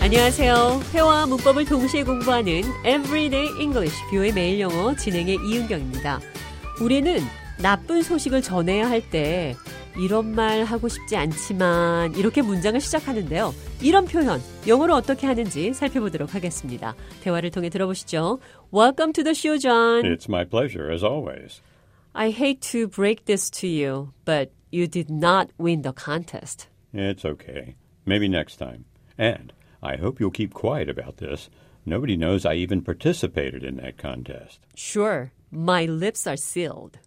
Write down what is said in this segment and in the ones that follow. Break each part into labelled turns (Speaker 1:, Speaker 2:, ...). Speaker 1: 안녕하세요. 회화와 문법을 동시에 공부하는 Everyday English 뷰의 매일 영어 진행의 이은경입니다. 우리는 나쁜 소식을 전해야 할 때 이런 말 하고 싶지 않지만 이렇게 문장을 시작하는데요. 이런 표현 영어로 어떻게 하는지 살펴보도록 하겠습니다. 대화를 통해 들어보시죠. Welcome to the show, John.
Speaker 2: It's my pleasure, as always.
Speaker 1: I hate to break this to you, but you did not win the contest.
Speaker 2: It's okay. Maybe next time. And I hope you'll keep quiet about this. Nobody knows I even participated in that contest.
Speaker 1: Sure, my lips are sealed.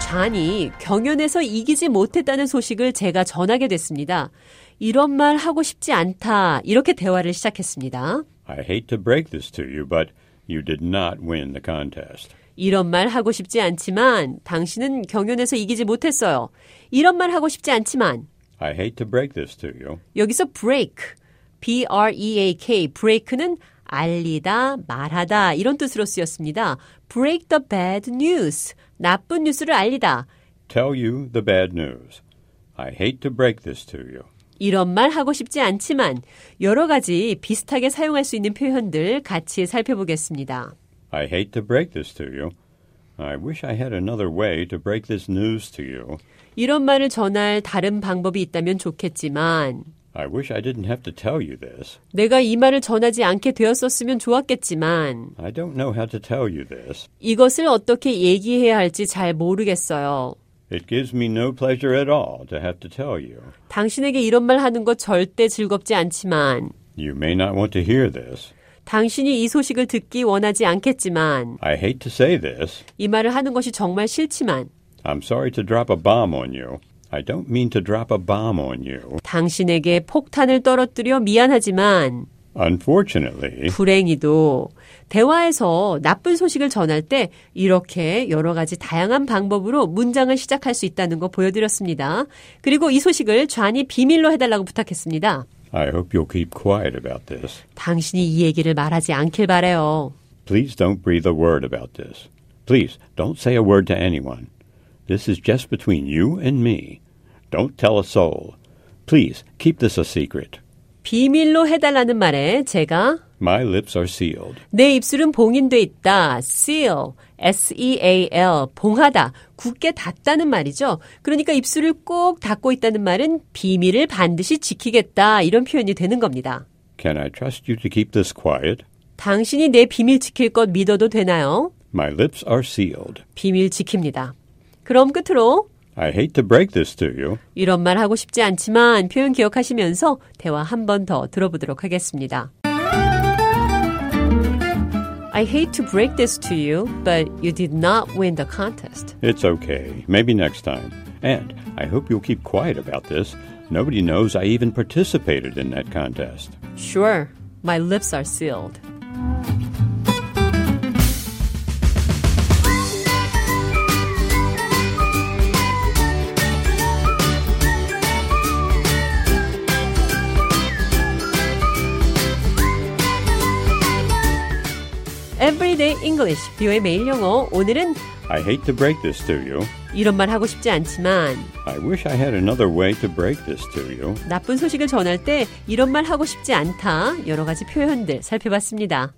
Speaker 1: 잔이 경연에서 이기지 못했다는 소식을 제가 전하게 됐습니다. 이런 말 하고 싶지 않다. 이렇게 대화를 시작했습니다.
Speaker 2: I hate to break this to you, but you did not win the contest.
Speaker 1: 이런 말 하고 싶지 않지만 당신은 경연에서 이기지 못했어요. 이런 말 하고 싶지 않지만
Speaker 2: I hate to break this to you.
Speaker 1: 여기서 break, E b-r-e-a-k, break는 알리다, 말하다 이런 뜻으로 쓰였습니다. break the bad news, 나쁜 뉴스를 알리다.
Speaker 2: Tell you the bad news. I hate to break this to you.
Speaker 1: 이런 말 하고 싶지 않지만 여러 가지 비슷하게 사용할 수 있는 표현들 같이 살펴보겠습니다.
Speaker 2: I hate to break this to you. I wish I had another way to break this news to you.
Speaker 1: 이런 말을 전할 다른 방법이 있다면 좋겠지만
Speaker 2: I wish I didn't have to tell you this.
Speaker 1: 내가 이 말을 전하지 않게 되었었으면 좋았겠지만
Speaker 2: I don't know how to tell you this.
Speaker 1: 이것을 어떻게 얘기해야 할지 잘 모르겠어요.
Speaker 2: It gives me no pleasure at all to have to tell you.
Speaker 1: 당신에게 이런 말 하는 거 절대 즐겁지 않지만
Speaker 2: You may not want to hear this.
Speaker 1: 당신이 이 소식을 듣기 원하지 않겠지만
Speaker 2: I hate to say this.
Speaker 1: 이 말을 하는 것이 정말 싫지만
Speaker 2: I'm sorry to drop a bomb on you. I don't mean to drop a bomb on you.
Speaker 1: 당신에게 폭탄을 떨어뜨려 미안하지만
Speaker 2: Unfortunately,
Speaker 1: 불행히도 대화에서 나쁜 소식을 전할 때 이렇게 여러 가지 다양한 방법으로 문장을 시작할 수 있다는 거 보여드렸습니다. 그리고 이 소식을 좌니 비밀로 해달라고 부탁했습니다.
Speaker 2: I hope you'll keep quiet about this.
Speaker 1: 당신이 이 얘기를 말하지 않길 바래요.
Speaker 2: Please don't breathe a word about this. Please don't say a word to anyone. This is just between you and me. Don't tell a soul. Please keep this a secret.
Speaker 1: 비밀로 해달라는 말에 제가
Speaker 2: My lips are sealed.
Speaker 1: 내 입술은 봉인돼 있다. seal, s-e-a-l, 봉하다, 굳게 닫다는 말이죠. 그러니까 입술을 꼭 닫고 있다는 말은 비밀을 반드시 지키겠다 이런 표현이 되는 겁니다.
Speaker 2: Can I trust you to keep this quiet?
Speaker 1: 당신이 내 비밀 지킬 것 믿어도 되나요?
Speaker 2: My lips are sealed.
Speaker 1: 비밀 지킵니다. 그럼 끝으로
Speaker 2: I hate to break this to you.
Speaker 1: 이런 말 하고 싶지 않지만 표현 기억하시면서 대화 한 번 더 들어보도록 하겠습니다. I hate to break this to you, but you did not win the contest.
Speaker 2: It's okay. Maybe next time. And I hope you'll keep quiet about this. Nobody knows I even participated in that contest.
Speaker 1: Sure, my lips are sealed. Everyday English, 비오의 매일 영어. 오늘은
Speaker 2: I hate to break this to you.
Speaker 1: 이런 말 하고 싶지 않지만
Speaker 2: I wish I had another way to break this to you.
Speaker 1: 나쁜 소식을 전할 때 이런 말 하고 싶지 않다. 여러 가지 표현들 살펴봤습니다.